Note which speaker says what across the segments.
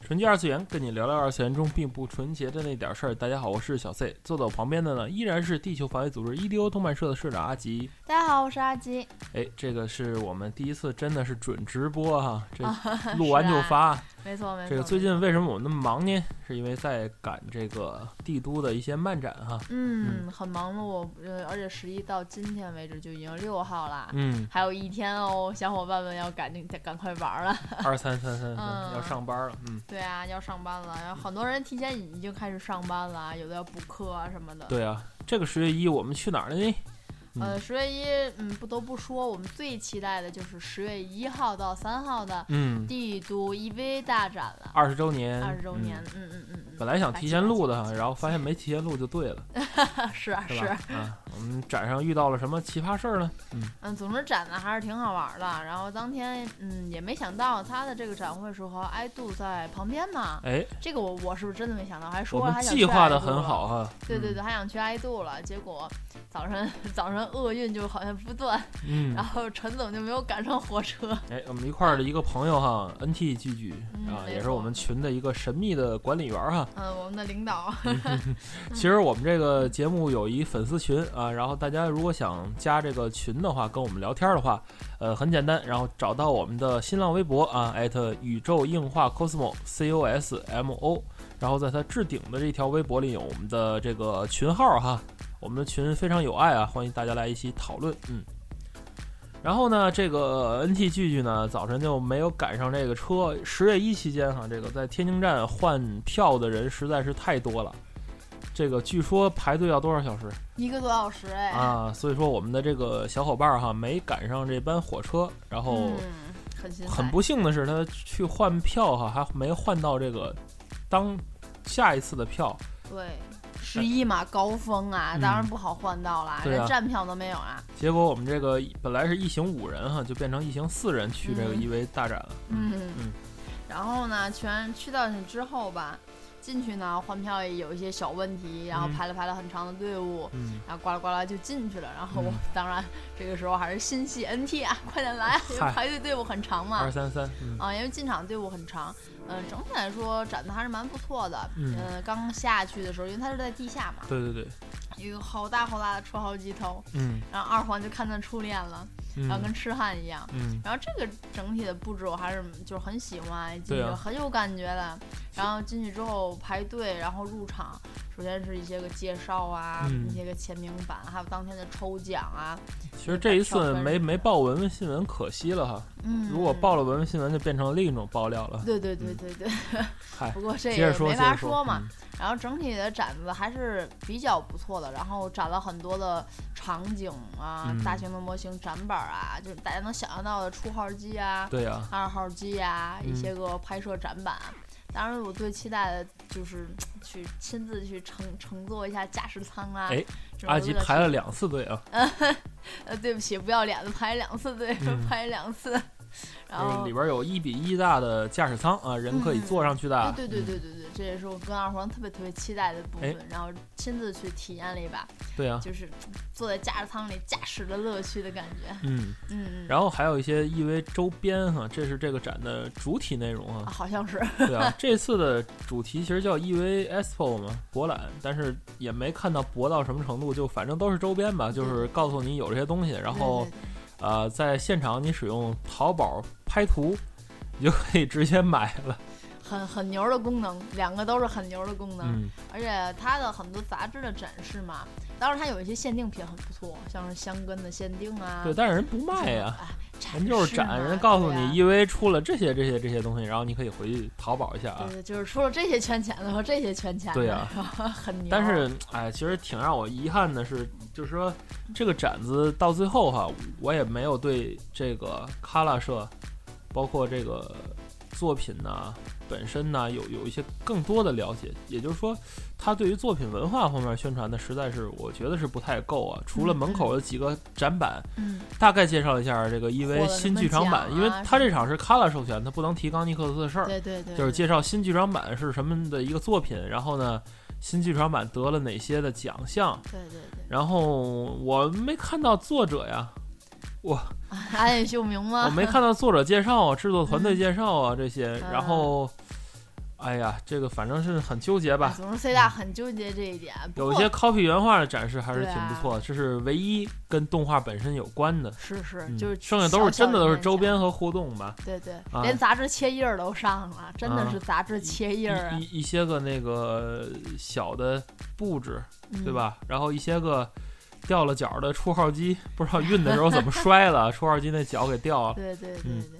Speaker 1: 纯洁二次元，跟你聊聊二次元中并不纯洁的那点事儿。大家好，我是小 C，坐在我旁边的呢依然是地球防卫组织 EDO 动漫社的社长阿吉。
Speaker 2: 大家好，我是阿吉。
Speaker 1: 哎，这个是我们第一次真的是准直播哈、这
Speaker 2: 啊
Speaker 1: 录完
Speaker 2: 是
Speaker 1: 就
Speaker 2: 啊
Speaker 1: 发。
Speaker 2: 没错，没错。
Speaker 1: 这个最近为什么我那么忙呢？是因为在赶这个帝都的一些漫展哈。
Speaker 2: 嗯很忙碌，呃，而且十一到今天为止就已经六号啦，
Speaker 1: 嗯，
Speaker 2: 还有一天哦，小伙伴们要赶紧赶快玩儿了。
Speaker 1: 二三三三三
Speaker 2: 嗯
Speaker 1: 要上班了，嗯，
Speaker 2: 对啊，要上班了，然后很多人提前已经开始上班了，有的要补课啊什么的。，
Speaker 1: 对啊，这个十月一我们去哪儿了呢？
Speaker 2: 呃，十月一，嗯，不得不说，我们最期待的就是十月一号到三号的
Speaker 1: 嗯，
Speaker 2: 帝都 EV 大展了。
Speaker 1: 二十周年，
Speaker 2: 二十周
Speaker 1: 嗯
Speaker 2: 年，嗯嗯嗯嗯，
Speaker 1: 本来想提前录的哈， 然后发现
Speaker 2: 没
Speaker 1: 没提前录就对了，
Speaker 2: 是啊
Speaker 1: 是
Speaker 2: 是
Speaker 1: 吧？啊，我们展上遇到了什么奇葩事儿呢？
Speaker 2: 嗯，总之展呢还是挺好玩儿的。然后当天，嗯，也没想到他的这个展会时候，爱杜在旁边嘛。
Speaker 1: 哎，
Speaker 2: 这个我我是不是真的没想到？还
Speaker 1: 我
Speaker 2: 说了
Speaker 1: 们
Speaker 2: 还想
Speaker 1: 计
Speaker 2: 去
Speaker 1: 划
Speaker 2: 爱
Speaker 1: 的
Speaker 2: 杜
Speaker 1: 很
Speaker 2: 了
Speaker 1: 好。嗯哈。
Speaker 2: 对对对，还想去爱杜了，结果早晨早晨厄运就好像不断，
Speaker 1: 嗯，
Speaker 2: 然
Speaker 1: 嗯，
Speaker 2: 后陈总就没有赶上火车。
Speaker 1: 哎，我们一块儿的一个朋友哈，NT 聚聚
Speaker 2: 嗯
Speaker 1: 啊，
Speaker 2: 没
Speaker 1: 也是我
Speaker 2: 错
Speaker 1: 们群的一个神秘的管理员儿哈。
Speaker 2: 嗯，我们的领导，
Speaker 1: 其实我们这个节目有一粉丝群啊，然后大家如果想加这个群的话，跟我们聊天的话，呃，很简单，然后找到我们的新浪微博啊，@宇宙硬化 cosmo c o s m o，然后在它置顶的这条微博里有我们的这个群号哈，我们的群非常有爱啊，欢迎大家来一起讨论，嗯。然后呢，这个 NT 聚聚呢，早晨就没有赶上这个车。十月一期间哈，这个在天津站换票的人实在是太多了，这个据说排队要多少小时
Speaker 2: 一个多小时哎。
Speaker 1: 啊？所以说我们的这个小伙伴儿哈没赶上这班火车，然后
Speaker 2: 嗯，很心塞
Speaker 1: 哦很不幸的是他去换票哈，还没换到这个当下一次的票。
Speaker 2: 对。十一嘛，高峰啊，当然不好换到啦，
Speaker 1: 嗯对啊
Speaker 2: 连站票都没有啊。
Speaker 1: 结果我们这个本来是一行五人哈，就变成一行四人去这个
Speaker 2: 嗯
Speaker 1: EV 大展了。嗯
Speaker 2: 嗯，然后呢，全去到那之后吧，进去呢换票也有一些小问题，然后
Speaker 1: 嗯
Speaker 2: 排了排了很长的队伍，
Speaker 1: 嗯，
Speaker 2: 然后呱啦呱啦就进去了。然后
Speaker 1: 嗯
Speaker 2: 我们当然这个时候还是 心系 NT 啊，快点来啊，因为
Speaker 1: 嗨
Speaker 2: 排队队伍很长嘛
Speaker 1: 二。三三，嗯
Speaker 2: 啊，因为进场队伍很长，嗯、整体来说展的还是蛮不错的。呃
Speaker 1: 嗯
Speaker 2: 刚下去的时候，因为它是在地下嘛，
Speaker 1: 对对对，
Speaker 2: 有一个好大好大的绰号机头，
Speaker 1: 嗯
Speaker 2: 然后二环就看见初恋了，然后
Speaker 1: 嗯
Speaker 2: 跟痴汉一样。
Speaker 1: 嗯，
Speaker 2: 然后这个整体的布置我还是就是很喜欢，进
Speaker 1: 对
Speaker 2: 去
Speaker 1: 啊
Speaker 2: 很有感觉的。然后进去之后排队，然后入场，首先是一些个介绍啊，
Speaker 1: 嗯
Speaker 2: 一些个签名版，还有当天的抽奖啊。
Speaker 1: 其实这一次没没报文文新闻，可惜了哈。
Speaker 2: 嗯，
Speaker 1: 如果报了文文新闻，就变成另一种爆料了。
Speaker 2: 对对对对对。
Speaker 1: 嗯 嗨
Speaker 2: 不过这
Speaker 1: 接
Speaker 2: 也
Speaker 1: 着说，
Speaker 2: 没
Speaker 1: 接
Speaker 2: 法
Speaker 1: 着说嗯
Speaker 2: 嘛。，然后整体的展子还是比较不错的，然后展了很多的场景啊、
Speaker 1: 嗯
Speaker 2: 大型的模型展板啊，就是大家能想象到的初号机啊
Speaker 1: 嗯，对呀，
Speaker 2: 二号机呀、
Speaker 1: 嗯
Speaker 2: 一些个拍摄展板。当然，我最期待的就是去亲自去乘乘坐一下驾驶舱啊。
Speaker 1: 哎
Speaker 2: 这种
Speaker 1: 阿吉
Speaker 2: 乐趣
Speaker 1: 排了两次队啊，
Speaker 2: 呃，对不起，不要脸的排两次队，
Speaker 1: 嗯
Speaker 2: 排两 次。然
Speaker 1: 就是
Speaker 2: 后
Speaker 1: 里，边有一比一大的驾驶舱啊，人
Speaker 2: 嗯
Speaker 1: 可以坐上去的。
Speaker 2: 哎
Speaker 1: 啊嗯
Speaker 2: 对对对对对对，这也是我跟二黄特别特别期待的部
Speaker 1: 哎
Speaker 2: 分。然后亲自去体验了一把，
Speaker 1: 嗯对啊，
Speaker 2: 就是坐在驾驶舱里驾驶的乐趣的感觉。
Speaker 1: 嗯，
Speaker 2: 嗯，嗯，
Speaker 1: 然后还有一些 EV 周边哈，这是这个展的主体内容
Speaker 2: 啊
Speaker 1: 啊。
Speaker 2: 好像是，
Speaker 1: 对啊，这次的主题其实叫 EV Expo 嘛，博览，但是也没看到博到什么程度，就反正都是周边吧，就是告诉你有这些东西，然后
Speaker 2: 嗯对对对
Speaker 1: 呃，在现场你使用淘宝拍图，你就可以直接买了。
Speaker 2: 很很牛的功能，两个都是很牛的功能。
Speaker 1: 嗯，
Speaker 2: 而且它的很多杂志的展示嘛，当然它有一些限定品很不错，像是香根的限定啊，
Speaker 1: 对，但是人不
Speaker 2: 什么
Speaker 1: 卖呀、
Speaker 2: 哎展
Speaker 1: 人就是
Speaker 2: 示
Speaker 1: 展，
Speaker 2: 嘛
Speaker 1: 人告诉
Speaker 2: 对
Speaker 1: 你
Speaker 2: 啊
Speaker 1: EV 出了这些这些这些东西，然后你可以回去淘宝一下啊
Speaker 2: 对。对，就是除了这些圈钱的和这些圈钱的，
Speaker 1: 对呀
Speaker 2: 很牛。
Speaker 1: 但是，哎，其实挺让我遗憾的是，就是说这个展子到最后哈，我也没有对这个卡拉社包括这个作品呐、本身呐、有有一些更多的了解。也就是说，他对于作品文化方面宣传的，实在是我觉得是不太够啊。除了
Speaker 2: 嗯
Speaker 1: 门口的几个展板，
Speaker 2: 嗯，
Speaker 1: 大概介绍一下这个
Speaker 2: 获
Speaker 1: EVA
Speaker 2: 了什么
Speaker 1: 新剧场版，
Speaker 2: 奖啊
Speaker 1: 因为他这场是卡拉授权，他不能提冈尼克斯的事儿。
Speaker 2: 对对对，
Speaker 1: 就是
Speaker 2: 对
Speaker 1: 介绍新剧场版是什么的一个作品，然后呢，新剧场版得了哪些的奖项，
Speaker 2: 对对 对，
Speaker 1: 然后我没看到作者呀，
Speaker 2: 安野秀明吗？
Speaker 1: 我 没看到作者介绍啊、制作团队介绍啊这些，
Speaker 2: 啊
Speaker 1: 然后，哎呀，这个反正是很纠结吧。
Speaker 2: 哎总之 C 大很纠结这一点，不
Speaker 1: 有
Speaker 2: 过
Speaker 1: 一些 copy 原画的展示还是
Speaker 2: 对
Speaker 1: 挺
Speaker 2: 啊
Speaker 1: 不错的，这是唯一跟动画本身有关的，
Speaker 2: 是是
Speaker 1: 嗯
Speaker 2: 就是
Speaker 1: 剩下都是
Speaker 2: 小
Speaker 1: 真的都是
Speaker 2: 小
Speaker 1: 周边和互动吧，
Speaker 2: 对对，
Speaker 1: 啊
Speaker 2: 连杂志切页儿都上了，真的
Speaker 1: 啊
Speaker 2: 是杂志切
Speaker 1: 一
Speaker 2: 页儿啊，
Speaker 1: 一一些个那个呃小的布置，
Speaker 2: 嗯
Speaker 1: 对？吧？然后一些个掉了角的出号机，不知道运的时候怎么摔了， 出号机那脚给掉了。
Speaker 2: 对对对
Speaker 1: 嗯
Speaker 2: 对。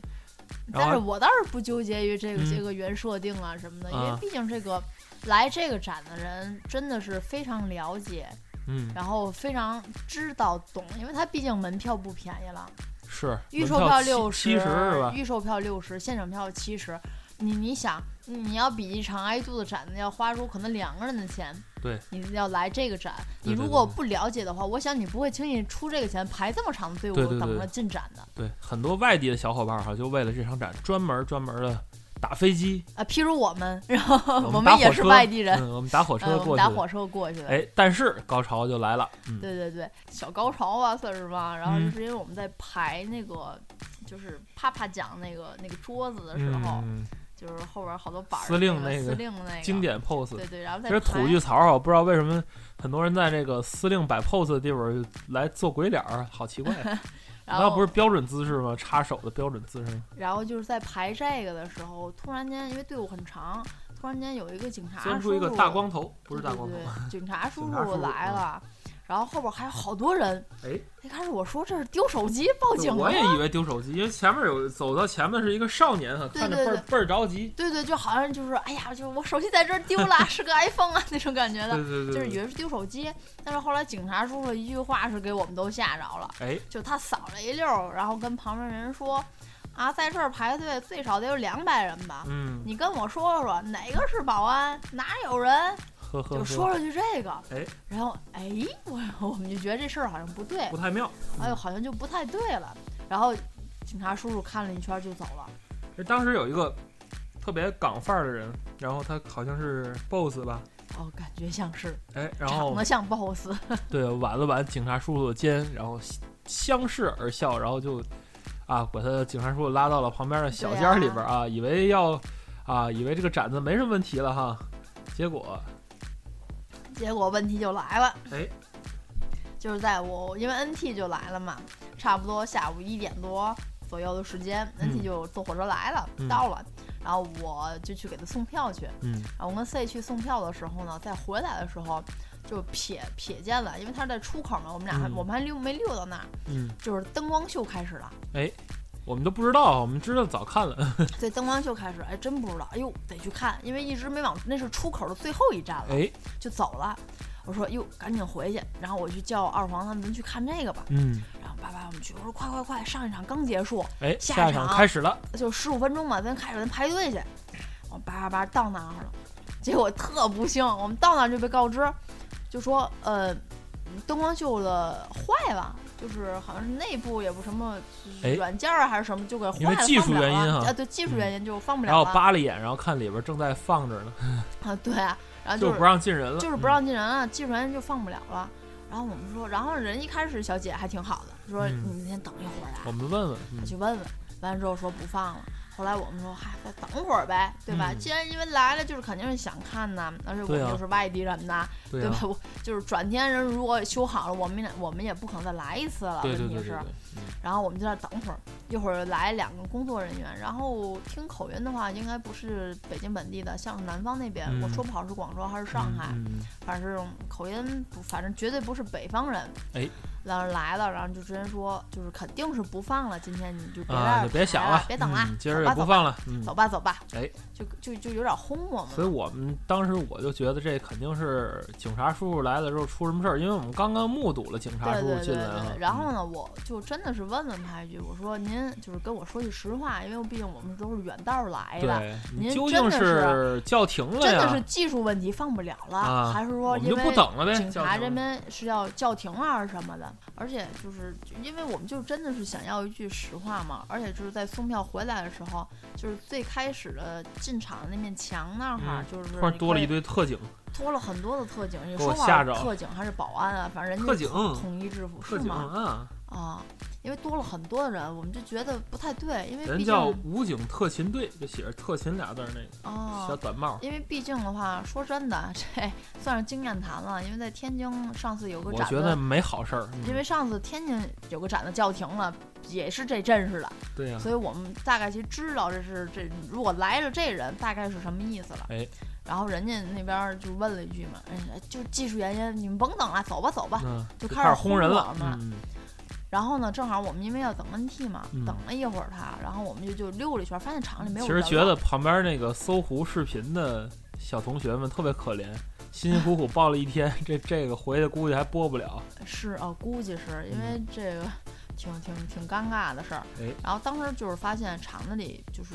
Speaker 1: 然
Speaker 2: 但
Speaker 1: 后
Speaker 2: 是我倒是不纠结于这个
Speaker 1: 嗯
Speaker 2: 这个原设定啊什么的，因
Speaker 1: 啊
Speaker 2: 为毕竟这个来这个展的人真的是非常了解，
Speaker 1: 嗯，
Speaker 2: 然后非常知道懂，因为他毕竟门票不便宜了，
Speaker 1: 是
Speaker 2: 预
Speaker 1: 门
Speaker 2: 售
Speaker 1: 票
Speaker 2: 六十，
Speaker 1: 七十是吧？
Speaker 2: 预售票六十，现场票七十。你你想，你要比一场 I 度的展要花出可能两个人的钱，
Speaker 1: 对，
Speaker 2: 你要来这个展，你
Speaker 1: 对对
Speaker 2: 如果
Speaker 1: 对对
Speaker 2: 不了解的话，我想你不会轻易出这个钱排这么长的队伍
Speaker 1: 对对对
Speaker 2: 等着进展的
Speaker 1: 对，很多外地的小伙伴儿哈，就为了这场展专门专门的打飞机，
Speaker 2: 啊。譬如我们，然后
Speaker 1: 我
Speaker 2: 我
Speaker 1: 搭
Speaker 2: 们
Speaker 1: 火
Speaker 2: 也是
Speaker 1: 车，
Speaker 2: 外地人，
Speaker 1: 嗯，我们打火车
Speaker 2: 嗯，我
Speaker 1: 过去
Speaker 2: 们打
Speaker 1: 的。
Speaker 2: 火车过去的。
Speaker 1: 哎，但是高潮就来了，嗯，
Speaker 2: 对对对，小高潮啊，算是吧。然后
Speaker 1: 嗯
Speaker 2: 就是因为我们在排那个，就是啪啪奖那个那个桌子的时候，
Speaker 1: 嗯，
Speaker 2: 就是后边好多板儿
Speaker 1: 司
Speaker 2: 的
Speaker 1: 令
Speaker 2: 那
Speaker 1: 那个
Speaker 2: 司令的那个
Speaker 1: 经。典 pose。
Speaker 2: 对对，然后
Speaker 1: 其
Speaker 2: 在
Speaker 1: 实
Speaker 2: 排
Speaker 1: 土剧槽啊，我不知道为什么很多人在这个司令摆 pose 的地方来做鬼脸儿，好奇怪啊。
Speaker 2: 然
Speaker 1: 那
Speaker 2: 后
Speaker 1: 不是标准姿势吗？插手的标准姿势吗。
Speaker 2: 然后就是在排这个的时候，突然间因为队伍很长，突然间有一个警察
Speaker 1: 钻出
Speaker 2: 叔叔，
Speaker 1: 一个大光头，不是大
Speaker 2: 对对
Speaker 1: 光头，
Speaker 2: 对警察叔
Speaker 1: 警察叔叔嗯
Speaker 2: 叔来了，然后后边还有好多人。
Speaker 1: 哎，
Speaker 2: 一开始我说这是丢手机报警了
Speaker 1: 我
Speaker 2: 吗，
Speaker 1: 也以为丢手机，因为前面有走到前面是一个少年哈，
Speaker 2: 对
Speaker 1: 看着
Speaker 2: 对
Speaker 1: 倍儿倍儿着急。
Speaker 2: 对对，就好像就是哎呀，就是我手机在这儿丢了， 是个 iPhone 啊那种感觉的。
Speaker 1: 对对对，
Speaker 2: 就是以
Speaker 1: 对
Speaker 2: 为是丢手机，但是后来警察叔叔一句话是给我们都吓着了，
Speaker 1: 哎，
Speaker 2: 就他扫了一溜儿，然后跟旁边人说：“啊，在这儿排队最少得有两百人吧？
Speaker 1: 嗯，
Speaker 2: 你跟我说说哪个是保安，哪有人？”
Speaker 1: 呵呵
Speaker 2: 就
Speaker 1: 呵，
Speaker 2: 说了句这个，
Speaker 1: 哎，
Speaker 2: 然后哎，我 我们就觉得这事儿好像不对
Speaker 1: 不，太妙。
Speaker 2: 哎呦，好像就不太对了。然后警察叔叔看了一圈就走了，
Speaker 1: 这当时有一个特别港范儿的人，然后他好像是 boss 吧，
Speaker 2: 哦，感觉像是
Speaker 1: 哎，然
Speaker 2: 长
Speaker 1: 后
Speaker 2: 得像 BOSS，
Speaker 1: 对挽了挽警察叔叔的肩，然后相视而笑，然后就啊把他警察叔叔拉到了旁边的小间儿里边儿啊，以为要啊以为这个展子没什么问题了哈，结果
Speaker 2: 结果问题就来了，
Speaker 1: 哎，
Speaker 2: 就是在我因为 NT 就来了嘛，差不多下午一点多左右的时间、
Speaker 1: 嗯
Speaker 2: n t 就坐火车来了，
Speaker 1: 嗯
Speaker 2: 到了，然后我就去给他送票去。
Speaker 1: 嗯
Speaker 2: 然后我跟 C 去送票的时候呢，在回来的时候就瞥瞥见了，因为他是在出口嘛，我们俩还、
Speaker 1: 嗯
Speaker 2: 我们还溜没溜到那儿，
Speaker 1: 嗯。
Speaker 2: 就是灯光秀开始了。
Speaker 1: 我们都不知道，我们知道早看了。
Speaker 2: 对，灯光秀开始，哎，真不知道，哎呦，得去看，因为一直没往那是出口的最后一站了。
Speaker 1: 哎，
Speaker 2: 就走了。我说哟，赶紧回去，然后我去叫二黄他们咱去看这个吧。
Speaker 1: 嗯，
Speaker 2: 然后爸爸我们去，我说快快快，上一场刚结束，
Speaker 1: 哎，
Speaker 2: 下
Speaker 1: 下一
Speaker 2: 场
Speaker 1: 场开始了。
Speaker 2: 就十五分钟吧，咱开始咱排队去。我叭叭叭到那儿了，结果特不幸，我们到那儿就被告知，就说呃，灯光秀的坏了，就是好像是内部也不什么
Speaker 1: 哎
Speaker 2: 软件儿还是什么就给坏了，
Speaker 1: 因为技术
Speaker 2: 放不了
Speaker 1: 原因
Speaker 2: 了
Speaker 1: 啊
Speaker 2: 啊，对技术原因就放不
Speaker 1: 然后
Speaker 2: 了了
Speaker 1: 扒了眼，然后看里边正在放着 呢，
Speaker 2: 啊，对啊，然后
Speaker 1: 就是不让进人了，嗯
Speaker 2: 就是不让进人了，技术人员就放不了了。然后我们说，然后人一开始小姐还挺好的，说
Speaker 1: 嗯
Speaker 2: 你们先等一会
Speaker 1: 嗯。
Speaker 2: 儿啊，
Speaker 1: 我们问问，
Speaker 2: 她
Speaker 1: 嗯
Speaker 2: 去问问。完了之后说不放了。后来我们说，嗨，再等会儿呗，对吧？
Speaker 1: 嗯
Speaker 2: 既然因为来了，就是肯定是想看呐，而且我
Speaker 1: 对
Speaker 2: 们
Speaker 1: 啊
Speaker 2: 就是外地人呐，
Speaker 1: 对啊
Speaker 2: 吧？，我就是转天人如果修好了，我们也我们也不可能再来一次了，
Speaker 1: 对对
Speaker 2: 问
Speaker 1: 对对
Speaker 2: 题
Speaker 1: 对
Speaker 2: 是。，
Speaker 1: 嗯
Speaker 2: 然后我们就在那儿等会儿，一会儿来两个工作人员，然后听口音的话，应该不是北京本地的，像是南方那边，我
Speaker 1: 嗯
Speaker 2: 说不好是广州还是上海。
Speaker 1: 嗯嗯
Speaker 2: 反正口音不，反正绝对不是北方人。
Speaker 1: 哎，
Speaker 2: 老师来了，然后就直接说，就是肯定是不放了，今天你就别在这
Speaker 1: 啊，
Speaker 2: 儿
Speaker 1: 就别
Speaker 2: 排
Speaker 1: 想
Speaker 2: 了，别等了，
Speaker 1: 嗯今儿
Speaker 2: 走
Speaker 1: 也
Speaker 2: 吧
Speaker 1: 不放了，嗯，
Speaker 2: 走吧走吧，
Speaker 1: 哎，
Speaker 2: 就就就有点轰我们
Speaker 1: 所以我们当时我就觉得这肯定是警察叔叔来了之后出什么事儿，因为我们刚刚目睹了警察
Speaker 2: 对
Speaker 1: 叔
Speaker 2: 对
Speaker 1: 叔进
Speaker 2: 对对
Speaker 1: 来啊。
Speaker 2: 然后
Speaker 1: 嗯
Speaker 2: 呢，我就真的是问问他一句，我说您就是跟我说句实话，因为毕竟我们都是远道儿来的，
Speaker 1: 对，
Speaker 2: 您
Speaker 1: 你究
Speaker 2: 真
Speaker 1: 竟
Speaker 2: 的
Speaker 1: 叫停了
Speaker 2: 真
Speaker 1: 呀？
Speaker 2: 的是技术问题放不了了，
Speaker 1: 啊
Speaker 2: 还是
Speaker 1: 我
Speaker 2: 说
Speaker 1: 们
Speaker 2: 因
Speaker 1: 就不
Speaker 2: 为
Speaker 1: 等了呗。
Speaker 2: 警
Speaker 1: 叫
Speaker 2: 察
Speaker 1: 停
Speaker 2: 这
Speaker 1: 了
Speaker 2: 边是要叫停啊，还是什么的？而且就是因为我们就真的是想要一句实话嘛，而且就是在送票回来的时候，就是最开始的进场的那面墙那儿哈
Speaker 1: 嗯，
Speaker 2: 就是
Speaker 1: 突然多了一
Speaker 2: 堆，
Speaker 1: 堆特警，
Speaker 2: 多了很多的特警，也
Speaker 1: 给我
Speaker 2: 说不
Speaker 1: 吓
Speaker 2: 好
Speaker 1: 着
Speaker 2: 特警还是保安啊，反正人
Speaker 1: 特
Speaker 2: 家
Speaker 1: 警嗯
Speaker 2: 统统一制服
Speaker 1: 特
Speaker 2: 是
Speaker 1: 警
Speaker 2: 吗？
Speaker 1: 啊，
Speaker 2: 啊，因为多了很多人，我们就觉得不太对，因为
Speaker 1: 人
Speaker 2: 毕
Speaker 1: 叫
Speaker 2: 竟
Speaker 1: 武警特勤队，就写着“特勤”俩字儿那个
Speaker 2: 啊
Speaker 1: 小，短帽。
Speaker 2: 因为毕竟的话，说真的， 这算是经验谈了，因为在天津上次有个
Speaker 1: 我
Speaker 2: 展
Speaker 1: 觉
Speaker 2: 子
Speaker 1: 得没好事儿，嗯
Speaker 2: 因为上次天津有个展子叫停了，也是这阵势的，
Speaker 1: 对呀，
Speaker 2: 所以我们大概其实知道这是这如果来了这人大概是什么意思了。
Speaker 1: 哎，
Speaker 2: 然后人家那边儿就问了一句嘛，人家就技术原因，你们甭等了，走吧走吧。
Speaker 1: 嗯，
Speaker 2: 就
Speaker 1: 开
Speaker 2: 开始
Speaker 1: 始轰
Speaker 2: 轰
Speaker 1: 人
Speaker 2: 我
Speaker 1: 了，
Speaker 2: 们了
Speaker 1: 嗯，
Speaker 2: 然后呢，正好我们因为要等 NT 嘛，
Speaker 1: 嗯
Speaker 2: 等了一会儿他，然后我们就就溜了一圈，发现厂里没有
Speaker 1: 其
Speaker 2: 人
Speaker 1: 实
Speaker 2: 了。
Speaker 1: 觉得旁边那个搜狐视频的小同学们特别可怜，辛辛苦苦报了一天， 这这个回去估计还播不了。
Speaker 2: 是啊，估计是
Speaker 1: 嗯
Speaker 2: 因为这个挺挺挺尴尬的事儿。
Speaker 1: 哎
Speaker 2: 然后当时就是发现厂子里就是，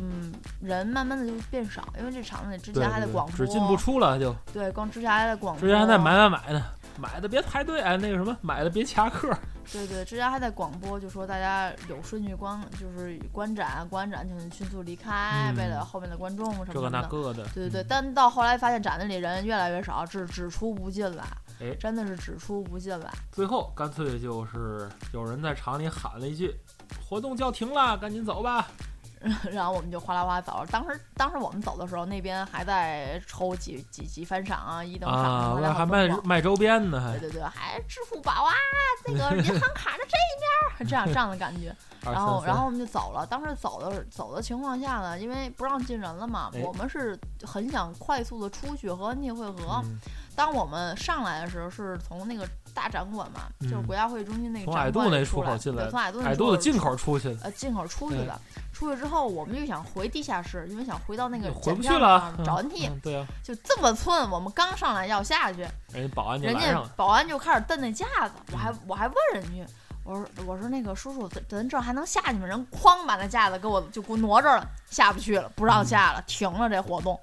Speaker 2: 嗯，人慢慢的就变少，因为这厂子里之
Speaker 1: 对
Speaker 2: 前还在
Speaker 1: 对
Speaker 2: 广播，哦
Speaker 1: 只进不出了就，
Speaker 2: 对，光之前还在广播，
Speaker 1: 之前还在买，买买呢，买的别排队，哎，那个什么，买的别卡客，
Speaker 2: 对对，之前还在广播，就说大家有顺序观，就是观展，啊观展请迅速离开，
Speaker 1: 嗯
Speaker 2: 为了后面的观众什么的。
Speaker 1: 这个那个的，
Speaker 2: 对对对，
Speaker 1: 嗯，
Speaker 2: 但到后来发现展子里人越来越少，只只出不进来，
Speaker 1: 哎
Speaker 2: 真的是只出不进来。
Speaker 1: 最后干脆就是有人在厂里喊了一句：“活动叫停了，赶紧走吧。
Speaker 2: 然后我们就哗啦哗啦走了。当时当时我们走的时候，那边还在抽几几几番赏啊，一”等赏
Speaker 1: 啊，
Speaker 2: 还
Speaker 1: 我
Speaker 2: 在
Speaker 1: 还
Speaker 2: 好
Speaker 1: 卖
Speaker 2: 疯狂
Speaker 1: 卖周边呢，
Speaker 2: 对
Speaker 1: 还
Speaker 2: 对对，还支付宝啊，那个银行卡的这一边儿， 这样这样的感 觉。
Speaker 1: 二
Speaker 2: 然后
Speaker 1: 三
Speaker 2: 然
Speaker 1: 三，
Speaker 2: 后我们就走了。当时走的走的情况下呢，因为不让进人了嘛，
Speaker 1: 哎
Speaker 2: 我们是很想快速的出去和内会合。
Speaker 1: 嗯
Speaker 2: 当我们上来的时候，是从那个大展馆嘛，
Speaker 1: 嗯
Speaker 2: 就是国家会中心那个
Speaker 1: 从
Speaker 2: 展
Speaker 1: 矮
Speaker 2: 馆
Speaker 1: 度那
Speaker 2: 里
Speaker 1: 出
Speaker 2: 出
Speaker 1: 口进来
Speaker 2: 对从矮度那
Speaker 1: 矮
Speaker 2: 出
Speaker 1: 肚子
Speaker 2: 口
Speaker 1: 进口出去了，
Speaker 2: 呃进口出去的。
Speaker 1: 嗯
Speaker 2: 出去之后，我们就想回地下室，因为想回到那个
Speaker 1: 回不
Speaker 2: 检
Speaker 1: 去
Speaker 2: 票
Speaker 1: 了
Speaker 2: 那，儿找 NT，、
Speaker 1: 嗯对啊，
Speaker 2: 就这么寸。我们刚上来要下去，
Speaker 1: 人家保安就
Speaker 2: 人
Speaker 1: 拦上
Speaker 2: 家
Speaker 1: 了，
Speaker 2: 保安就开始蹬那架子，我还
Speaker 1: 嗯
Speaker 2: 我还问人家，我说我说那个叔叔，咱咱这儿还能下去吗？人哐把那架子给我就给我挪这儿了，下不去了，不
Speaker 1: 嗯
Speaker 2: 让下了，停了这活动。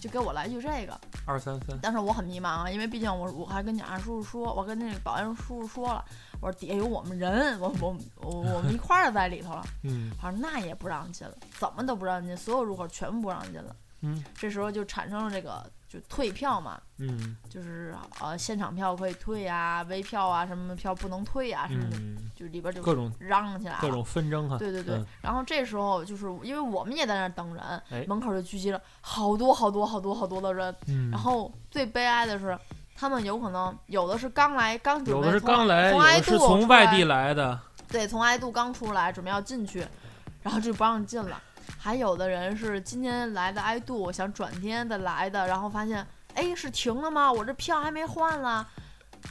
Speaker 2: 就给我来句这个，
Speaker 1: 二三三，
Speaker 2: 但是我很迷茫啊，因为毕竟我我还跟警察叔叔说，我跟那个保安叔叔说了，我说底下有我们人，我我我我们一块儿在里头了，
Speaker 1: 嗯
Speaker 2: 好像那也不让进了，怎么都不让进，所有入口全部不让进了。
Speaker 1: 嗯
Speaker 2: 这时候就产生了这个就退票嘛，
Speaker 1: 嗯
Speaker 2: 就是呃现场票可以退啊，微票啊什么票不能退啊什么的，
Speaker 1: 嗯，
Speaker 2: 就里边就
Speaker 1: 各种
Speaker 2: 嚷起来
Speaker 1: 各
Speaker 2: 了。
Speaker 1: 种纷争哈，
Speaker 2: 啊对对对，
Speaker 1: 嗯
Speaker 2: 然后这时候就是因为我们也在那儿等人，
Speaker 1: 哎
Speaker 2: 门口就聚集了好多好多好多好多的人。
Speaker 1: 嗯，
Speaker 2: 然后最悲哀的是，他们有可能有的是刚来，刚准
Speaker 1: 有
Speaker 2: 备
Speaker 1: 的是
Speaker 2: 从
Speaker 1: 刚来，有
Speaker 2: 从爱
Speaker 1: 的
Speaker 2: 度
Speaker 1: 是从
Speaker 2: 出
Speaker 1: 外
Speaker 2: 来
Speaker 1: 地来的，
Speaker 2: 对，从爱度刚出来，准备要进去，然后就不让进了。还有的人是今天来的爱度，想转天再来的，然后发现，哎，是停了吗？我这票还没换啦，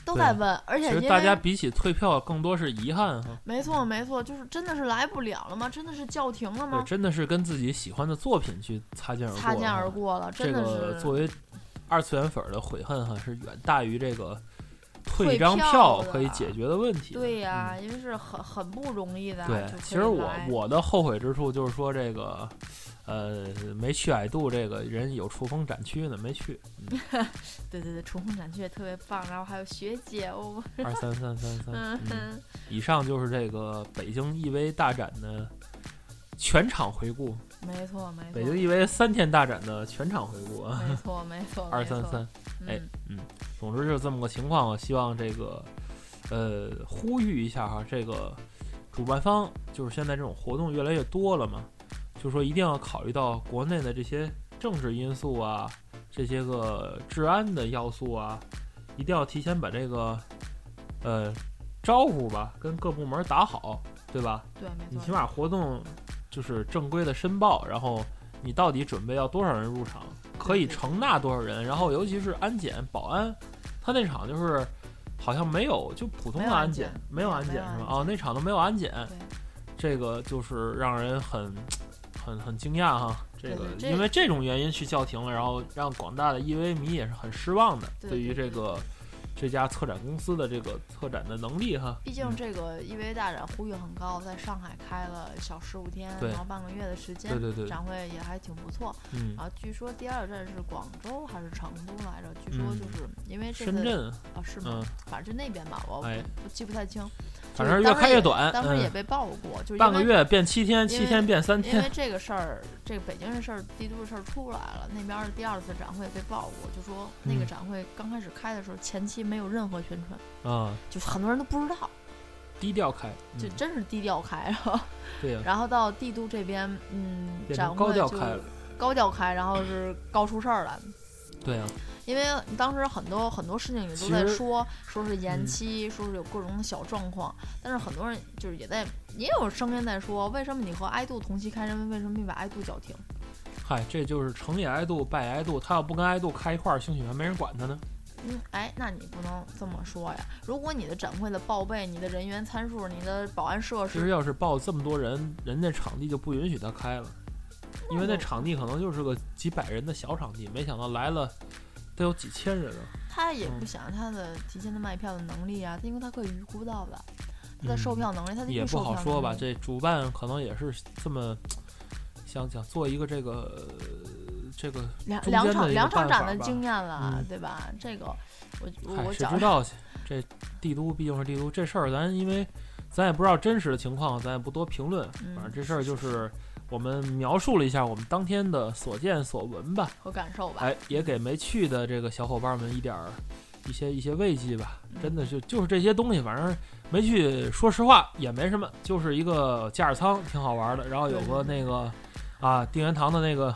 Speaker 2: 都在
Speaker 1: 对
Speaker 2: 问。而
Speaker 1: 其
Speaker 2: 且因
Speaker 1: 实
Speaker 2: 为
Speaker 1: 大家比起退票更多是遗憾啊哈。
Speaker 2: 没错没错，就是真的是来不了了吗？真的是叫停了
Speaker 1: 对，
Speaker 2: 吗？
Speaker 1: 真的是跟自己喜欢的作品去擦肩而过。啊
Speaker 2: 擦肩而。过了，
Speaker 1: 这
Speaker 2: 真的
Speaker 1: 个
Speaker 2: 是。
Speaker 1: 作为二次元粉儿的悔恨哈，是远大于这个退
Speaker 2: 退
Speaker 1: 一张
Speaker 2: 票的
Speaker 1: 可以解决的问题的。
Speaker 2: 对呀、
Speaker 1: 嗯
Speaker 2: 因为是很很不容易的。啊
Speaker 1: 对
Speaker 2: 就，
Speaker 1: 其
Speaker 2: 可以
Speaker 1: 实我
Speaker 2: 来
Speaker 1: 我的后悔之处就是说这个，呃，没去矮度这个人有雏风展区呢，没去。嗯
Speaker 2: 对对对，重凤展区也特别棒，然后还有学姐，我
Speaker 1: 二三三三三。
Speaker 2: 嗯
Speaker 1: 嗯
Speaker 2: 哼，
Speaker 1: 以上就是这个北京 EV 大展的全场回顾，
Speaker 2: 没错没错，
Speaker 1: 北京 EV 三天大展的全场回顾啊。
Speaker 2: 没错没错，
Speaker 1: 二
Speaker 2: 没
Speaker 1: 三
Speaker 2: 错
Speaker 1: 三，哎
Speaker 2: 嗯
Speaker 1: 总之就是这么个情况，我希望这个呃呼吁一下哈，这个主办方就是现在这种活动越来越多了嘛，就说一定要考虑到国内的这些政治因素啊，这些个治安的要素啊，一定要提前把这个呃招呼吧跟各部门打好，对吧？
Speaker 2: 对没错，
Speaker 1: 你起码活动就是正规的申报，然后你到底准备要多少人入场，可以
Speaker 2: 对对
Speaker 1: 承纳多少人，然后尤其是安检、保安，他那场就是好像没有，就普通的
Speaker 2: 没有安
Speaker 1: 安检
Speaker 2: 检，
Speaker 1: 没有
Speaker 2: 对
Speaker 1: 安
Speaker 2: 没
Speaker 1: 检
Speaker 2: 有
Speaker 1: 是吧
Speaker 2: 安？
Speaker 1: 哦，那场都没有安检
Speaker 2: 对，
Speaker 1: 这个就是让人很、很、很惊讶哈。这个
Speaker 2: 对对这
Speaker 1: 因为这种原因去叫停了，然后让广大的 EV 迷也是很失望的，
Speaker 2: 对
Speaker 1: 对于
Speaker 2: 对
Speaker 1: 这
Speaker 2: 对
Speaker 1: 个这家策展公司的这个策展的能力哈。
Speaker 2: 毕
Speaker 1: 嗯
Speaker 2: 竟这个 EV 大展呼吁很高，在上海开了小十五天，
Speaker 1: 对
Speaker 2: 然后半个月的时间啊
Speaker 1: 对，对对，
Speaker 2: 展会也还挺不错。
Speaker 1: 嗯
Speaker 2: 然，后据说第二站是广州还是成都来着？据说
Speaker 1: 嗯
Speaker 2: 就是因为这
Speaker 1: 深
Speaker 2: 次
Speaker 1: 圳，
Speaker 2: 啊是吗
Speaker 1: 嗯？，
Speaker 2: 反正就那边吧，我
Speaker 1: 哎
Speaker 2: 不我记不太清。
Speaker 1: 反
Speaker 2: 就是
Speaker 1: 正越
Speaker 2: 当时
Speaker 1: 开越
Speaker 2: 也
Speaker 1: 短，
Speaker 2: 当时也
Speaker 1: 嗯
Speaker 2: 被曝过，就是
Speaker 1: 半
Speaker 2: 因
Speaker 1: 个
Speaker 2: 为
Speaker 1: 月变七天，七
Speaker 2: 因
Speaker 1: 天
Speaker 2: 为
Speaker 1: 变三
Speaker 2: 因为
Speaker 1: 天，
Speaker 2: 这个事儿，这个北京的事儿、帝都的事儿出来了，那边儿第二次展会被曝过，就说那个
Speaker 1: 嗯
Speaker 2: 展会刚开始开的时候，前期没有任何宣传，
Speaker 1: 啊，
Speaker 2: 就是很多人都不知道，
Speaker 1: 低调开，
Speaker 2: 就
Speaker 1: 嗯
Speaker 2: 真是低调开。然后，
Speaker 1: 对呀，
Speaker 2: 然后到帝都这边，嗯，
Speaker 1: 变
Speaker 2: 展
Speaker 1: 成
Speaker 2: 会
Speaker 1: 高调
Speaker 2: 就
Speaker 1: 开了，
Speaker 2: 高调开，然后是高出事儿来，
Speaker 1: 对呀，
Speaker 2: 因为当时很多很多事情也
Speaker 1: 其
Speaker 2: 都在
Speaker 1: 实
Speaker 2: 说，说是延
Speaker 1: 嗯
Speaker 2: 期，说是有各种小状况，但是很多人就是也在也有声音在说，为什么你和爱杜同期开展会，为什么没把爱杜叫停？
Speaker 1: 嗨，这就是成也爱杜，败也爱杜。他要不跟爱杜开一块儿，兴许还没人管他呢。
Speaker 2: 嗯，哎，那你不能这么说呀。如果你的展会的报备、你的人员参数、你的保安设
Speaker 1: 其实
Speaker 2: 施，
Speaker 1: 要是报这么多人，人家场地就不允许他开了，因为那
Speaker 2: 我
Speaker 1: 场地可能就是个几百人的小场地，没想到来了得有几千人啊。
Speaker 2: 他也
Speaker 1: 嗯
Speaker 2: 不想他的提前的卖票的能力啊，他因为他可以预估到的，他的
Speaker 1: 嗯
Speaker 2: 售票能力，他的
Speaker 1: 也
Speaker 2: 预
Speaker 1: 不
Speaker 2: 售
Speaker 1: 好
Speaker 2: 票
Speaker 1: 说
Speaker 2: 能
Speaker 1: 吧，
Speaker 2: 力
Speaker 1: 这主办可能也是这么想想做一个这个呃这个，
Speaker 2: 两
Speaker 1: 中
Speaker 2: 两
Speaker 1: 间的
Speaker 2: 场
Speaker 1: 一
Speaker 2: 两
Speaker 1: 个办
Speaker 2: 场展
Speaker 1: 法
Speaker 2: 的
Speaker 1: 吧
Speaker 2: 经验了，
Speaker 1: 嗯
Speaker 2: 对吧？这个我我
Speaker 1: 嗨，
Speaker 2: 我
Speaker 1: 哎谁
Speaker 2: 觉
Speaker 1: 知道去？这帝都毕竟是帝都，这事儿咱因为咱也不知道真实的情况，咱也不多评论。
Speaker 2: 嗯
Speaker 1: 反正这事儿就是我们描述了一下我们当天的所见所闻吧。
Speaker 2: 和感受吧。
Speaker 1: 哎，也给没去的这个小伙伴们一点儿一些一些慰藉吧。
Speaker 2: 嗯
Speaker 1: 真的就就是这些东西，反正没去，说实话也没什么，就是一个驾驶舱挺好玩的，然后有个
Speaker 2: 对对
Speaker 1: 那个啊定元堂的那个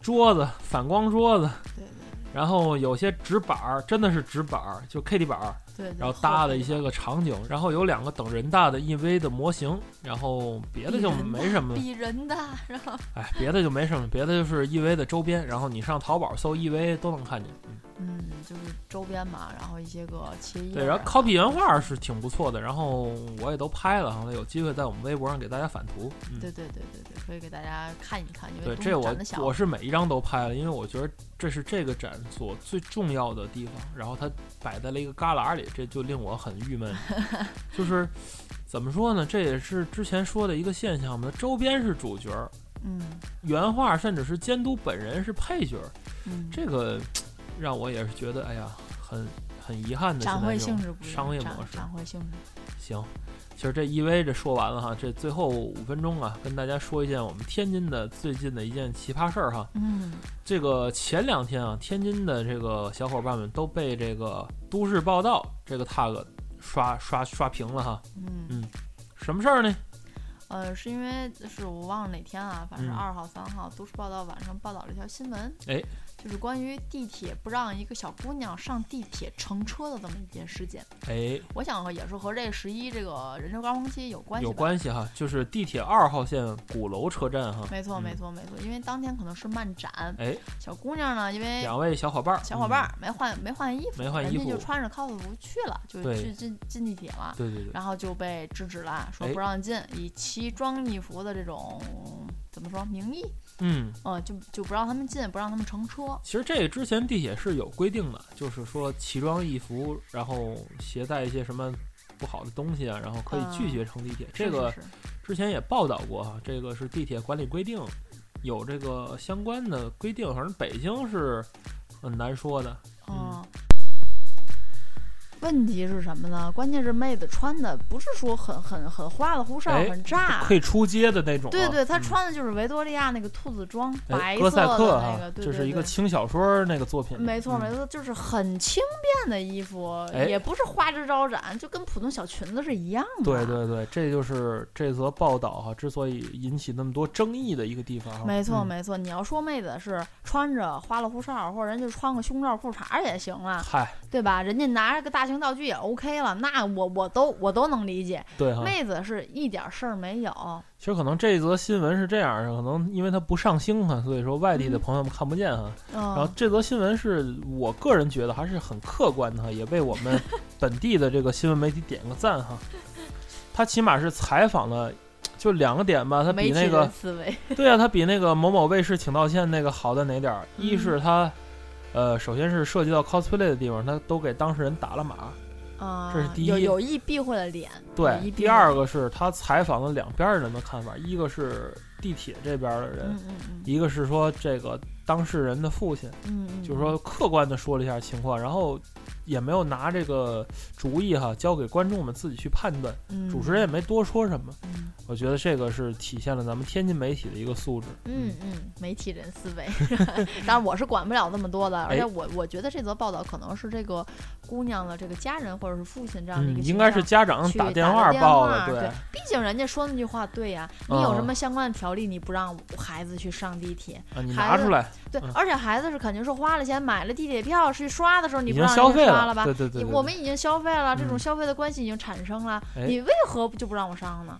Speaker 1: 桌子，反光桌子，
Speaker 2: 对对
Speaker 1: 然后有些纸板儿，真的是纸板儿，就 K D 板儿，
Speaker 2: 对对，
Speaker 1: 然后
Speaker 2: 后
Speaker 1: 搭
Speaker 2: 悔
Speaker 1: 了一些个场景，然后有两个等人大的 EV 的模型，然后别的就没什么了。
Speaker 2: 比人大，然后
Speaker 1: 哎，别的就没什么，别的就是 EV 的周边，然后你上淘宝搜 EV 都能看见。嗯
Speaker 2: 嗯，就是周边嘛，然后一些个切页
Speaker 1: 对，
Speaker 2: 儿啊，
Speaker 1: 然后 copy 原画是挺不错的，然后我也都拍了，然后有机会在我们微博上给大家返图。嗯，
Speaker 2: 对对对对对，可以给大家看一看，因
Speaker 1: 对，
Speaker 2: 为东
Speaker 1: 这
Speaker 2: 西
Speaker 1: 我
Speaker 2: 展得小
Speaker 1: 我是每一张都拍了，因为我觉得这是这个展所最重要的地方，然后它摆在了一个旮旯里，这就令我很郁 闷。就是怎么说呢，这也是之前说的一个现象嘛，周边是主角儿，
Speaker 2: 嗯
Speaker 1: 原画甚至是监督本人是配角儿，
Speaker 2: 嗯，
Speaker 1: 这个让我也是觉得，哎呀，很很遗憾的。
Speaker 2: 展会性质不一样，
Speaker 1: 商业
Speaker 2: 展
Speaker 1: 模式
Speaker 2: 展会性质，
Speaker 1: 行，其实这 EV 这说完了哈，这最后五分钟啊，跟大家说一件我们天津的最近的一件奇葩事儿哈。
Speaker 2: 嗯，
Speaker 1: 这个前两天啊，天津的这个小伙伴们都被这个《都市报道》这个 tag 刷刷刷屏了哈。
Speaker 2: 嗯
Speaker 1: 嗯什么事儿呢？
Speaker 2: 呃，是因为是我忘了哪天啊，反正
Speaker 1: 嗯
Speaker 2: 二号、三号都市报道晚上报道了一条新闻，
Speaker 1: 哎，
Speaker 2: 就是关于地铁不让一个小姑娘上地铁乘车的这么一件事件。
Speaker 1: 哎，
Speaker 2: 我想也是和这十一这个人流高峰期有关系吧。
Speaker 1: 有关系哈，就是地铁二号线鼓楼车站哈。
Speaker 2: 没错，
Speaker 1: 嗯
Speaker 2: 没错，没错，因为当天可能是漫展，
Speaker 1: 哎，
Speaker 2: 小姑娘呢，因为
Speaker 1: 两位小伙伴儿，嗯
Speaker 2: 小伙伴儿没换没换衣服，
Speaker 1: 没换
Speaker 2: 人
Speaker 1: 衣
Speaker 2: 家就
Speaker 1: 服
Speaker 2: 穿着 cos 服去了，就
Speaker 1: 对
Speaker 2: 去进进地铁了
Speaker 1: 嗯，，对对对，
Speaker 2: 然后就被制止了，说
Speaker 1: 哎
Speaker 2: 不让进，以奇装异服的这种怎么说名义，
Speaker 1: 嗯。
Speaker 2: 呃，就就不让他们进，不让他们乘车。
Speaker 1: 其实这个之前地铁是有规定的，就是说奇装异服，然后携带一些什么不好的东西啊，然后可以拒绝乘地铁。这个
Speaker 2: 嗯是是是
Speaker 1: 之前也报道过哈，这个是地铁管理规定有这个相关的规定，反正北京是很难说的。嗯
Speaker 2: 嗯。问题是什么呢？关键是妹子穿的不是说很很很花里胡哨、
Speaker 1: 哎
Speaker 2: 很炸，
Speaker 1: 可以出街的那种啊、
Speaker 2: 对对，她
Speaker 1: 嗯
Speaker 2: 穿的就是维多利亚那个兔子装，
Speaker 1: 哎
Speaker 2: 白
Speaker 1: 哥
Speaker 2: 色
Speaker 1: 赛克
Speaker 2: 的
Speaker 1: 哈
Speaker 2: 那个，，对
Speaker 1: 这
Speaker 2: 对
Speaker 1: 是一个
Speaker 2: 对
Speaker 1: 轻小说那个作品。
Speaker 2: 没错
Speaker 1: 嗯
Speaker 2: 没错，就是很轻便的衣服，
Speaker 1: 哎
Speaker 2: 也不是花枝招展，就跟普通小裙子是一样的。
Speaker 1: 对，对对，这就是这则报道哈、之所以引起那么多争议的一个地方哈。
Speaker 2: 没错
Speaker 1: 嗯
Speaker 2: 没错。你要说妹子是穿着花里胡哨，或者人家穿个胸罩裤衩儿也行了，啊
Speaker 1: 嗨，
Speaker 2: 对吧？人家拿着个大大型道具也 OK 了，那我我都我都能理解。
Speaker 1: 对哈。
Speaker 2: 妹子是一点事儿没有，
Speaker 1: 其实可能这一则新闻是这样，可能因为它不上星哈，所以说外地的朋友们看不见哈。然后
Speaker 2: 嗯，
Speaker 1: 这则新闻是我个人觉得还是很客观的哈，也为我 们本地的这个新闻媒体点个赞哈。他起码是采访了，就两个点吧，他
Speaker 2: 媒
Speaker 1: 比
Speaker 2: 体
Speaker 1: 那个
Speaker 2: 人思维，
Speaker 1: 对啊，他比那个某某卫视请道歉那个好在哪点儿？
Speaker 2: 嗯
Speaker 1: 一是他，呃，首先是涉及到 cosplay 的地方，他都给当事人打了码。
Speaker 2: 啊，
Speaker 1: 这是第一
Speaker 2: 有有意避讳的点，有
Speaker 1: 对，
Speaker 2: 意
Speaker 1: 第
Speaker 2: 避讳
Speaker 1: 二，个是他采访了两边儿人的看法，一个是地铁这边儿的人，
Speaker 2: 嗯嗯嗯
Speaker 1: 一个是说这个当事人的父亲，
Speaker 2: 嗯嗯，
Speaker 1: 就是说客观的说了一下情况，然后也没有拿这个主意哈交给观众们自己去判断，
Speaker 2: 嗯
Speaker 1: 主持人也没多说什么。
Speaker 2: 嗯
Speaker 1: 我觉得这个是体现了咱们天津媒体的一个素质。
Speaker 2: 嗯嗯，媒体人思 维，当然我是管不了那么多的，而且
Speaker 1: 哎
Speaker 2: 我我觉得这则报道可能是这个姑娘的这个家人或者是父亲这样的一
Speaker 1: 嗯，
Speaker 2: 个形
Speaker 1: 应该是
Speaker 2: 象
Speaker 1: 家长
Speaker 2: 去
Speaker 1: 打
Speaker 2: 电
Speaker 1: 话报的，
Speaker 2: 对，毕竟人家说那句话对呀、你有什么相关的条例，你不让孩子去上地铁？
Speaker 1: 啊，你
Speaker 2: 孩
Speaker 1: 拿
Speaker 2: 子
Speaker 1: 出来，
Speaker 2: 对，
Speaker 1: 嗯
Speaker 2: 而且孩子是肯定是花了钱买了地铁票去刷的时候，你
Speaker 1: 已
Speaker 2: 不
Speaker 1: 经
Speaker 2: 让
Speaker 1: 消
Speaker 2: 人家
Speaker 1: 费
Speaker 2: 刷吧？
Speaker 1: 对对对，
Speaker 2: 你
Speaker 1: 对
Speaker 2: 我们已经消费了，这种
Speaker 1: 嗯
Speaker 2: 消费的关系已经产生了，
Speaker 1: 哎
Speaker 2: 你为何就不让我上呢？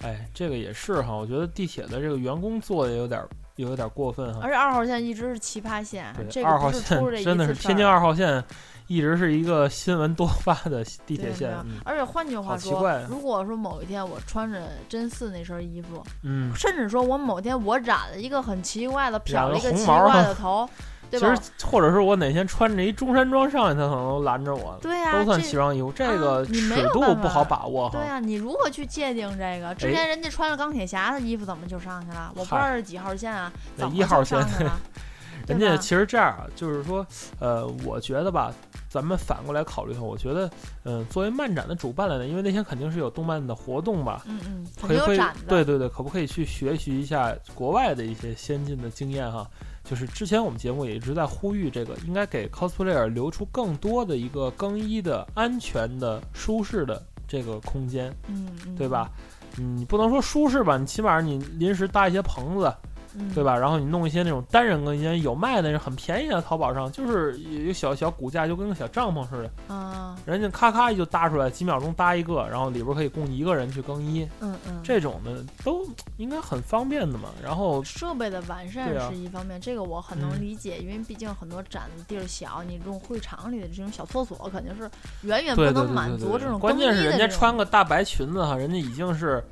Speaker 1: 哎，这个也是哈，我觉得地铁的这个员工做的有点儿有点儿过分哈。
Speaker 2: 而且二号线一直是奇葩线，这
Speaker 1: 对，
Speaker 2: 个
Speaker 1: 二
Speaker 2: 不
Speaker 1: 号
Speaker 2: 是
Speaker 1: 线
Speaker 2: 出了一
Speaker 1: 真的
Speaker 2: 次
Speaker 1: 是
Speaker 2: 事
Speaker 1: 天
Speaker 2: 儿
Speaker 1: 津二号线，一直是一个新闻多发的地
Speaker 2: 对
Speaker 1: 铁线
Speaker 2: 没有。
Speaker 1: 嗯
Speaker 2: 而且换句话
Speaker 1: 好奇
Speaker 2: 说，
Speaker 1: 怪啊
Speaker 2: 如果说某一天我穿着真四那身衣服，
Speaker 1: 嗯，
Speaker 2: 甚至说我某天我染了一个很奇怪的，
Speaker 1: 染
Speaker 2: 漂了
Speaker 1: 了
Speaker 2: 一个
Speaker 1: 红
Speaker 2: 奇
Speaker 1: 毛儿
Speaker 2: 怪
Speaker 1: 哈
Speaker 2: 的头，
Speaker 1: 其
Speaker 2: 对吧
Speaker 1: 实？或者是我哪天穿着一中山装上去，他可能都拦着我了。
Speaker 2: 对呀、啊
Speaker 1: 都算
Speaker 2: 这啊
Speaker 1: 西装衣服，这个
Speaker 2: 你没
Speaker 1: 尺
Speaker 2: 有
Speaker 1: 度
Speaker 2: 办
Speaker 1: 不好
Speaker 2: 法
Speaker 1: 把握
Speaker 2: 对
Speaker 1: 哈。
Speaker 2: 啊，你如何去界定这个？之
Speaker 1: 哎
Speaker 2: 前人家穿了钢铁侠的衣服，怎么就上去了？我不知道是几号线啊，
Speaker 1: 那
Speaker 2: 怎么
Speaker 1: 一号
Speaker 2: 就上
Speaker 1: 线
Speaker 2: 去了？对
Speaker 1: 人家
Speaker 2: 吧
Speaker 1: 其实这样啊，就是说，呃，我觉得吧，咱们反过来考虑一下，我觉得，嗯、作为漫展的主办来呢，因为那天肯定是有动漫的活动吧，
Speaker 2: 嗯嗯，肯
Speaker 1: 可
Speaker 2: 定
Speaker 1: 以
Speaker 2: 有
Speaker 1: 会
Speaker 2: 展的。
Speaker 1: 对对对，可不可以去学习一下国外的一些先进的经验哈？就是之前我们节目也一直在呼吁，这个应该给 cosplayer 留出更多的一个更衣的、安全的、舒适的这个空间，
Speaker 2: 嗯嗯，
Speaker 1: 对吧？嗯，你不能说舒适吧，你起码你临时搭一些棚子，
Speaker 2: 嗯？
Speaker 1: 对吧？然后你弄一些那种单人更衣间，有卖的，很便宜的，淘宝上就是有有小小骨架，就跟个小帐篷似的，
Speaker 2: 啊，
Speaker 1: 人家咔咔就搭出来，几秒钟搭一个，然后里边可以供一个人去更衣，
Speaker 2: 嗯嗯，
Speaker 1: 这种的都应该很方便的嘛。然后
Speaker 2: 设备的完善
Speaker 1: 对啊
Speaker 2: 是一方面，这个我很能
Speaker 1: 嗯
Speaker 2: 理解，因为毕竟很多展的地儿小，你这种会场里的这种小厕所肯定是远远不
Speaker 1: 对对对
Speaker 2: 能
Speaker 1: 对
Speaker 2: 满
Speaker 1: 对
Speaker 2: 足
Speaker 1: 对
Speaker 2: 这种
Speaker 1: 关
Speaker 2: 更
Speaker 1: 键
Speaker 2: 衣
Speaker 1: 是人
Speaker 2: 的
Speaker 1: 家
Speaker 2: 这
Speaker 1: 穿
Speaker 2: 种
Speaker 1: 个大白裙子哈，人家已经是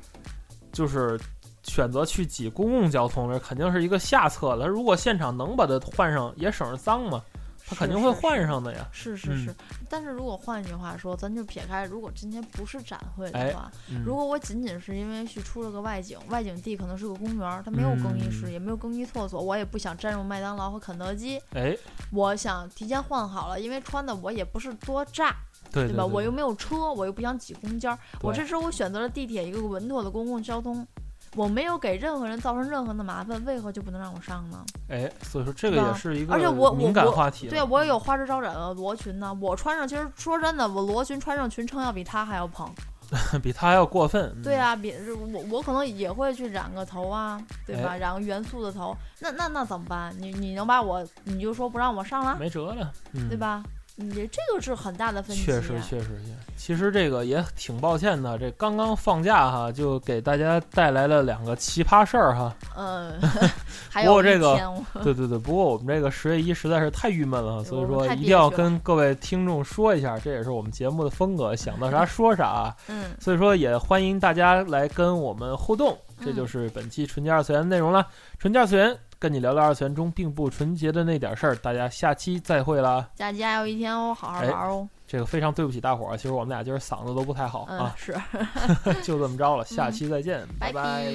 Speaker 1: 就是选择去挤公共交通了，肯定是一个下策了。如果现场能把它换上，也省着脏嘛，他肯
Speaker 2: 是
Speaker 1: 定会
Speaker 2: 是
Speaker 1: 换
Speaker 2: 是
Speaker 1: 上的呀。
Speaker 2: 是是
Speaker 1: 嗯
Speaker 2: 是，但是如果换句话说，咱就撇开，如果今天不是展会
Speaker 1: 哎
Speaker 2: 的话，
Speaker 1: 嗯
Speaker 2: 如果我仅仅是因为去出了个外景，外景地可能是个公园儿，它没有更衣室，
Speaker 1: 嗯
Speaker 2: 也没有更衣厕所，我也不想沾入麦当劳和肯德基，
Speaker 1: 哎，
Speaker 2: 我想提前换好了，因为穿的我也不是多炸，
Speaker 1: 对
Speaker 2: 对
Speaker 1: 对
Speaker 2: 吧？我又没有车，我又不想挤公交儿，我
Speaker 1: 对
Speaker 2: 这时候我选择了地铁一个稳妥的公共交通。我没有给任何人造成任何的麻烦，为何就不能让我上呢？
Speaker 1: 哎，所以说这个
Speaker 2: 对吧
Speaker 1: 也是一个
Speaker 2: 而且我我
Speaker 1: 敏感
Speaker 2: 我
Speaker 1: 话题了。
Speaker 2: 对，啊我也有花枝招展的罗裙呢。我穿上，其实说真的，我罗裙穿上裙撑要比他还要蓬。
Speaker 1: 比他还要过分。嗯
Speaker 2: 对，啊，比我我可能也会去染个头啊，对吧？
Speaker 1: 哎
Speaker 2: 染个元素的头，那那那怎么办？你你能把我你就说不让我上了，
Speaker 1: 没辙了，嗯，
Speaker 2: 对？吧？你这个是很大的分歧、
Speaker 1: 确
Speaker 2: 啊
Speaker 1: 实，确实，确实其实这个也挺抱歉的，这刚刚放假哈，就给大家带来了两个奇葩事儿 哈。
Speaker 2: 嗯，还
Speaker 1: 不过
Speaker 2: 有一
Speaker 1: 这个
Speaker 2: 天我哦
Speaker 1: 对对对，不过我们这个十月一实在是太郁闷了，
Speaker 2: 对
Speaker 1: 所以
Speaker 2: 我们
Speaker 1: 说
Speaker 2: 太
Speaker 1: 一
Speaker 2: 憋
Speaker 1: 定要
Speaker 2: 屈了
Speaker 1: 跟各位听众说一下，这也是我们节目的风格，想到啥说啥啊。
Speaker 2: 嗯，
Speaker 1: 所以说也欢迎大家来跟我们互动，这
Speaker 2: 嗯
Speaker 1: 就是本期纯洁二次元的内容了。纯洁二次元跟你聊聊二次元中并不纯洁的那点事儿，大家下期再会啦。
Speaker 2: 家家有一天哦，好好
Speaker 1: 哎
Speaker 2: 玩哦。
Speaker 1: 这个非常对不起大伙儿，其实我们俩今儿嗓子都不太好
Speaker 2: 嗯，
Speaker 1: 啊，
Speaker 2: 是，
Speaker 1: 就这么着了，下期再见，拜
Speaker 2: 拜。